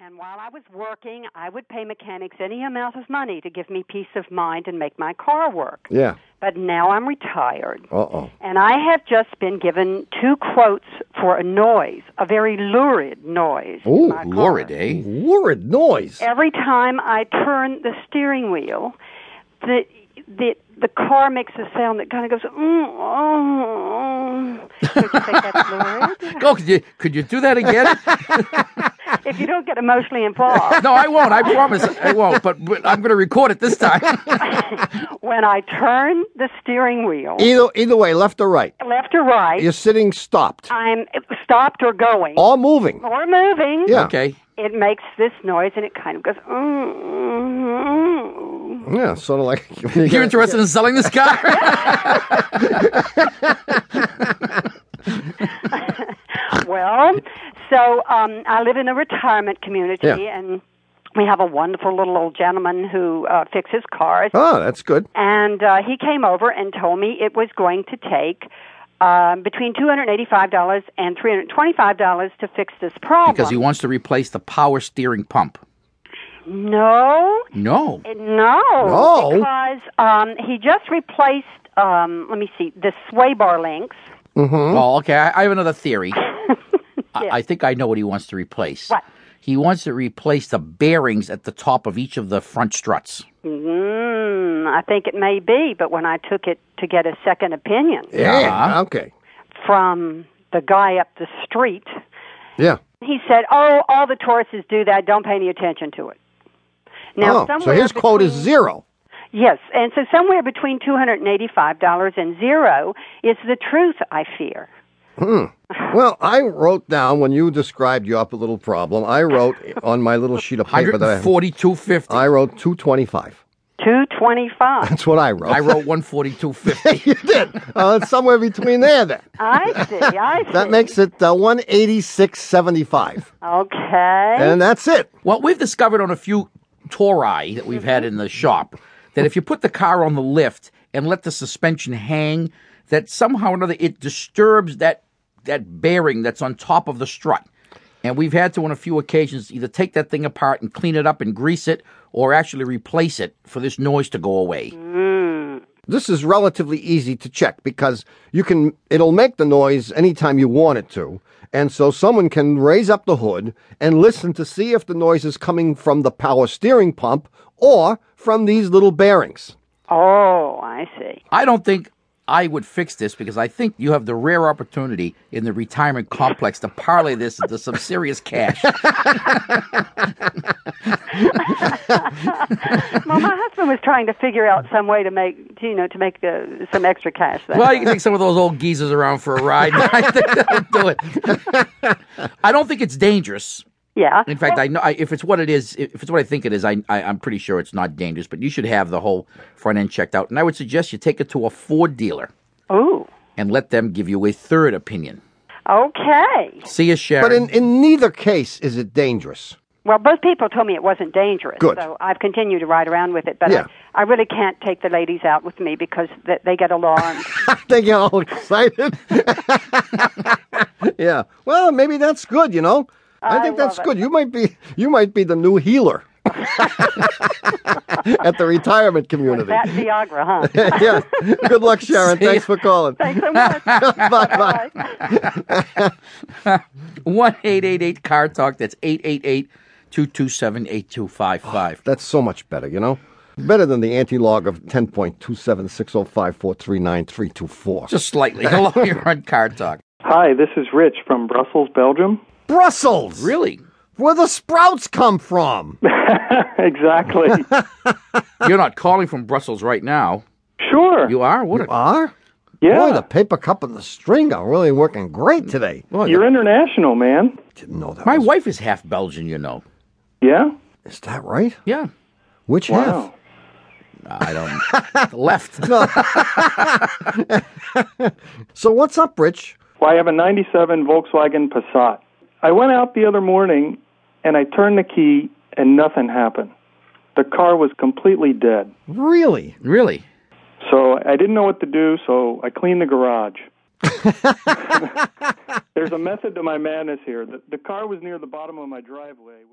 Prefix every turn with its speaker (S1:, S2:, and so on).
S1: And while I was working, I would pay mechanics any amount of money to give me peace of mind and make my car work.
S2: Yeah.
S1: But now I'm retired.
S2: Uh oh.
S1: And I have just been given two quotes for a noise, a very lurid noise. in
S2: Ooh,
S1: my car.
S3: Lurid, eh?
S2: Lurid noise.
S1: Every time I turn the steering wheel, the the the car makes a sound that kind of goes. Mm, oh, oh. Don't you think that's lurid?
S3: Go. Could you could you do that again?
S1: if you don't get emotionally involved,
S3: no, I won't. I promise. I won't. But, but I'm going to record it this time.
S1: when I turn the steering wheel
S2: Either either way, left or right,
S1: left or right,
S2: you're sitting stopped
S1: I'm stopped or going
S2: or moving.
S1: or moving.
S2: Yeah.
S3: Okay.
S1: It makes this noise and it kind of goes. Mm-hmm.
S2: Yeah, sort of like when you
S3: You're
S2: get-
S3: interested in selling this car?
S1: Well, so um, I live in a retirement community,
S2: Yeah.
S1: and we have a wonderful little old gentleman who uh, fixes cars.
S2: Oh, that's good.
S1: And uh, he came over and told me it was going to take um, between two hundred eighty-five dollars and three hundred twenty-five dollars to fix this problem.
S3: because he wants to replace the power steering pump.
S1: no,
S3: No.
S1: No,
S2: No?
S1: because um, he just replaced. Um, let me see the sway bar links.
S2: Mm-hmm.
S3: Oh, okay. I, I have another theory. I, I think I know what he wants to replace.
S1: What?
S3: He wants to replace the bearings at the top of each of the front struts.
S1: Mm, I think it may be, but when I took it to get a second opinion
S2: Yeah. Okay.
S1: from the guy up the street,
S2: Yeah.
S1: he said, "Oh, all the Tauruses do that. Don't pay any attention to it." Now,
S2: oh, so
S1: somewhere
S2: his quote is
S1: between-
S2: zero.
S1: Yes, and so somewhere between two hundred and eighty-five dollars and zero is the truth. I fear.
S2: Well, I wrote down when you described your little problem. I wrote on my little sheet of paper that I,
S3: 142.50.
S2: I wrote two twenty-five.
S1: Two twenty-five.
S2: That's what I wrote.
S3: I wrote 142.50.
S2: you did. Uh, it's somewhere between there, then.
S1: I see. I see.
S2: That makes it uh, one eighty-six seventy-five,
S1: okay.
S2: and that's it.
S3: well, we've discovered on a few Torai that we've had in the shop that if you put the car on the lift and let the suspension hang, that somehow or another it disturbs that that bearing that's on top of the strut. And we've had to on a few occasions either take that thing apart and clean it up and grease it or actually replace it for this noise to go away.
S2: This is relatively easy to check because you can. It'll make the noise anytime you want it to, and so someone can raise up the hood and listen to see if the noise is coming from the power steering pump or from these little bearings.
S1: Oh, I see.
S3: I don't think I would fix this because I think you have the rare opportunity in the retirement complex to parlay this into some serious cash.
S1: Well, my husband was trying to figure out some way to make, you know, to make uh, some extra cash. That
S3: Well, you can take some of those old geezers around for a ride. I think that'll do it. I don't think it's dangerous.
S1: yeah.
S3: In fact, I know I, if it's what it is, if it's what I think it is, I, I I'm pretty sure it's not dangerous. But you should have the whole front end checked out, and I would suggest you take it to a Ford dealer
S1: Ooh.
S3: and let them give you a third opinion.
S1: Okay.
S3: See you, Sharon.
S2: But in, in neither case is it dangerous.
S1: Well, both people told me it wasn't dangerous,
S2: Good.
S1: so I've continued to ride around with it. But
S2: Yeah.
S1: I, I really can't take the ladies out with me because th- they get alarmed.
S2: they get all excited. yeah. Well, maybe that's good. You know, I,
S1: I
S2: think that's
S1: love it.
S2: good. You might be you might be the new healer at the retirement community.
S1: that Viagra, huh?
S2: yeah. Good luck, Sharon. Thanks for calling.
S1: Thanks so much.
S2: bye bye.
S1: Bye.
S3: One eight eight eight car talk. That's 888-227-8255.
S2: That's so much better. You know, better than the anti log of ten point two seven six zero five four three nine three two four.
S3: Just slightly. Hello, you're on car talk.
S4: Hi, this is Rich from Brussels, Belgium.
S2: Brussels.
S3: Really?
S2: Where the sprouts come from?
S4: exactly.
S3: You're not calling from Brussels right now.
S4: sure.
S3: You are? What a
S2: Are. Boy,
S4: yeah.
S2: the paper cup and the string are really working great today.
S3: boy,
S4: You're international, man.
S2: Didn't know that.
S3: My
S2: was-
S3: wife is half Belgian, you know.
S4: Yeah.
S2: Is that right?
S3: Yeah.
S2: Which
S4: Wow.
S3: I don't. the left.
S2: half? So what's up, Rich?
S4: Well, I have a 97 Volkswagen Passat. I went out the other morning and I turned the key and nothing happened. The car was completely dead.
S2: Really?
S3: Really?
S4: So I didn't know what to do, so I cleaned the garage. There's a method to my madness here. The, the car was near the bottom of my driveway.